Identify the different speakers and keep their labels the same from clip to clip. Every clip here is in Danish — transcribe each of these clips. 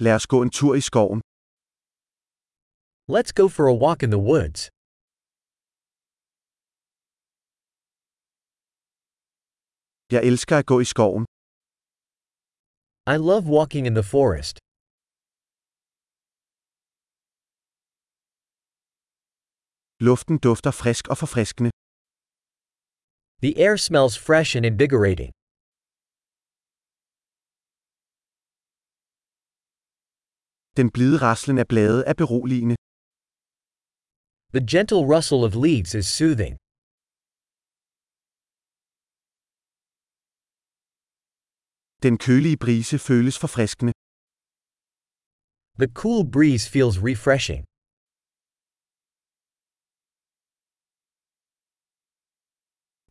Speaker 1: Lad os gå en tur i skoven.
Speaker 2: Let's go for a walk in the woods.
Speaker 1: Jeg elsker at gå i skoven.
Speaker 2: I love walking in the forest.
Speaker 1: Luften dufter frisk og forfriskende.
Speaker 2: The air smells fresh and invigorating.
Speaker 1: Den blide raslen af blade er beroligende.
Speaker 2: The gentle rustle of leaves is soothing.
Speaker 1: Den kølige brise føles forfriskende.
Speaker 2: The cool breeze feels refreshing.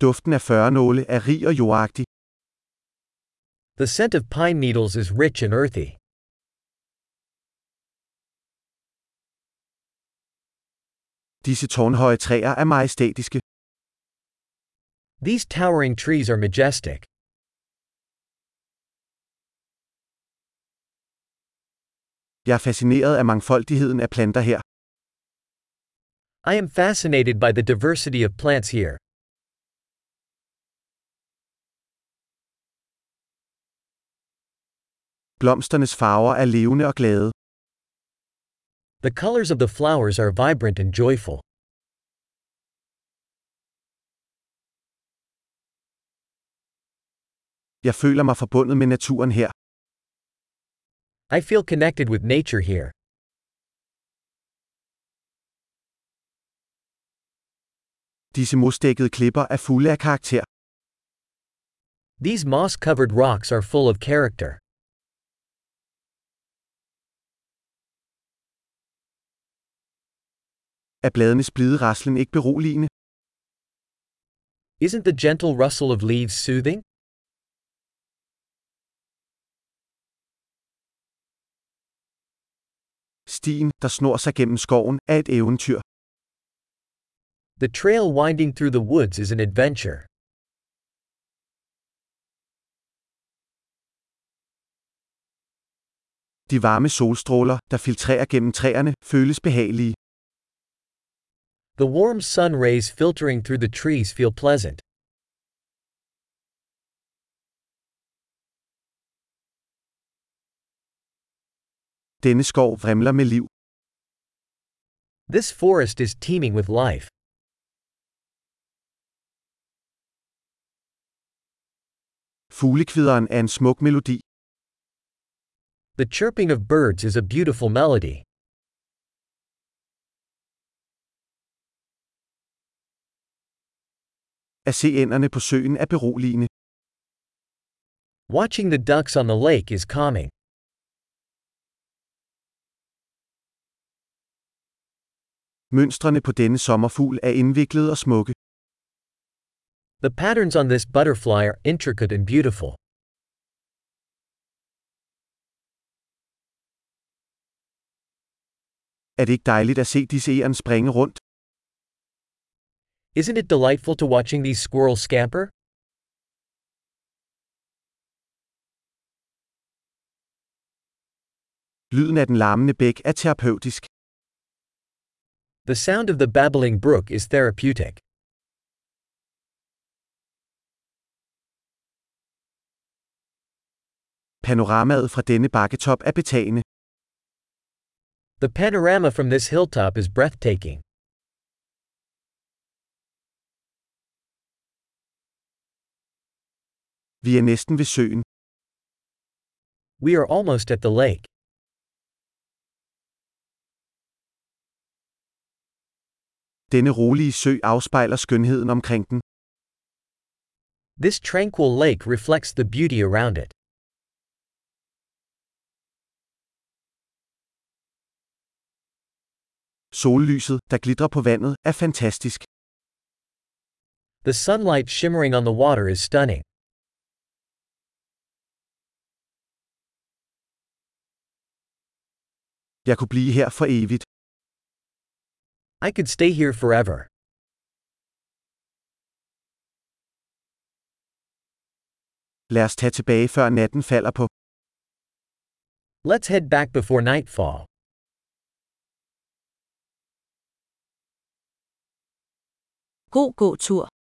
Speaker 1: Duften af førnåle er rig og jordagtig.
Speaker 2: The scent of pine needles is rich and earthy.
Speaker 1: Disse tårnhøje træer er majestætiske.
Speaker 2: These towering trees are majestic.
Speaker 1: Jeg er fascineret af mangfoldigheden af planter her.
Speaker 2: I am fascinated by the diversity of plants here.
Speaker 1: Blomsternes farver er levende og glade.
Speaker 2: The colors of the flowers are vibrant and joyful.
Speaker 1: Jeg føler mig forbundet med naturen her.
Speaker 2: I feel connected with nature here.
Speaker 1: Disse mosdækkede klipper er fulde af karakter.
Speaker 2: These moss covered rocks are full of character.
Speaker 1: Er bladenes blide raslen ikke beroligende?
Speaker 2: Isn't the gentle rustle of leaves soothing?
Speaker 1: Stien, der snor sig gennem skoven, er et eventyr.
Speaker 2: The trail winding through the woods is an adventure.
Speaker 1: De varme solstråler, der filtrerer gennem træerne, føles behagelige.
Speaker 2: The warm sun rays filtering through the trees feel pleasant.
Speaker 1: Denne skov vrimler med liv.
Speaker 2: This forest is teeming with life.
Speaker 1: Fuglekvideren er en smuk melodi.
Speaker 2: The chirping of birds is a beautiful melody.
Speaker 1: At se ænderne på søen er beroligende.
Speaker 2: Watching the ducks on the lake is calming.
Speaker 1: Mønstrene på denne sommerfugl er indviklede og smukke.
Speaker 2: The patterns on this butterfly are intricate and beautiful.
Speaker 1: Er det ikke dejligt at se disse æren springe rundt?
Speaker 2: Isn't it delightful to watching these squirrels scamper?
Speaker 1: Lyden af den larmende bæk er terapeutisk.
Speaker 2: The sound of the babbling brook is therapeutic.
Speaker 1: Panoramaet fra denne bakketop er betagende.
Speaker 2: The panorama from this hilltop is breathtaking.
Speaker 1: Vi er næsten ved søen.
Speaker 2: We are almost at the lake.
Speaker 1: Denne rolige sø afspejler skønheden omkring den.
Speaker 2: This tranquil lake reflects the beauty around it.
Speaker 1: Sollyset, der glitrer på vandet, er fantastisk.
Speaker 2: The sunlight shimmering on the water is stunning.
Speaker 1: Jeg kunne blive her for evigt.
Speaker 2: I could stay here forever.
Speaker 1: Lad os tage tilbage, før natten falder på.
Speaker 2: Let's head back before nightfall.
Speaker 3: God gåtur.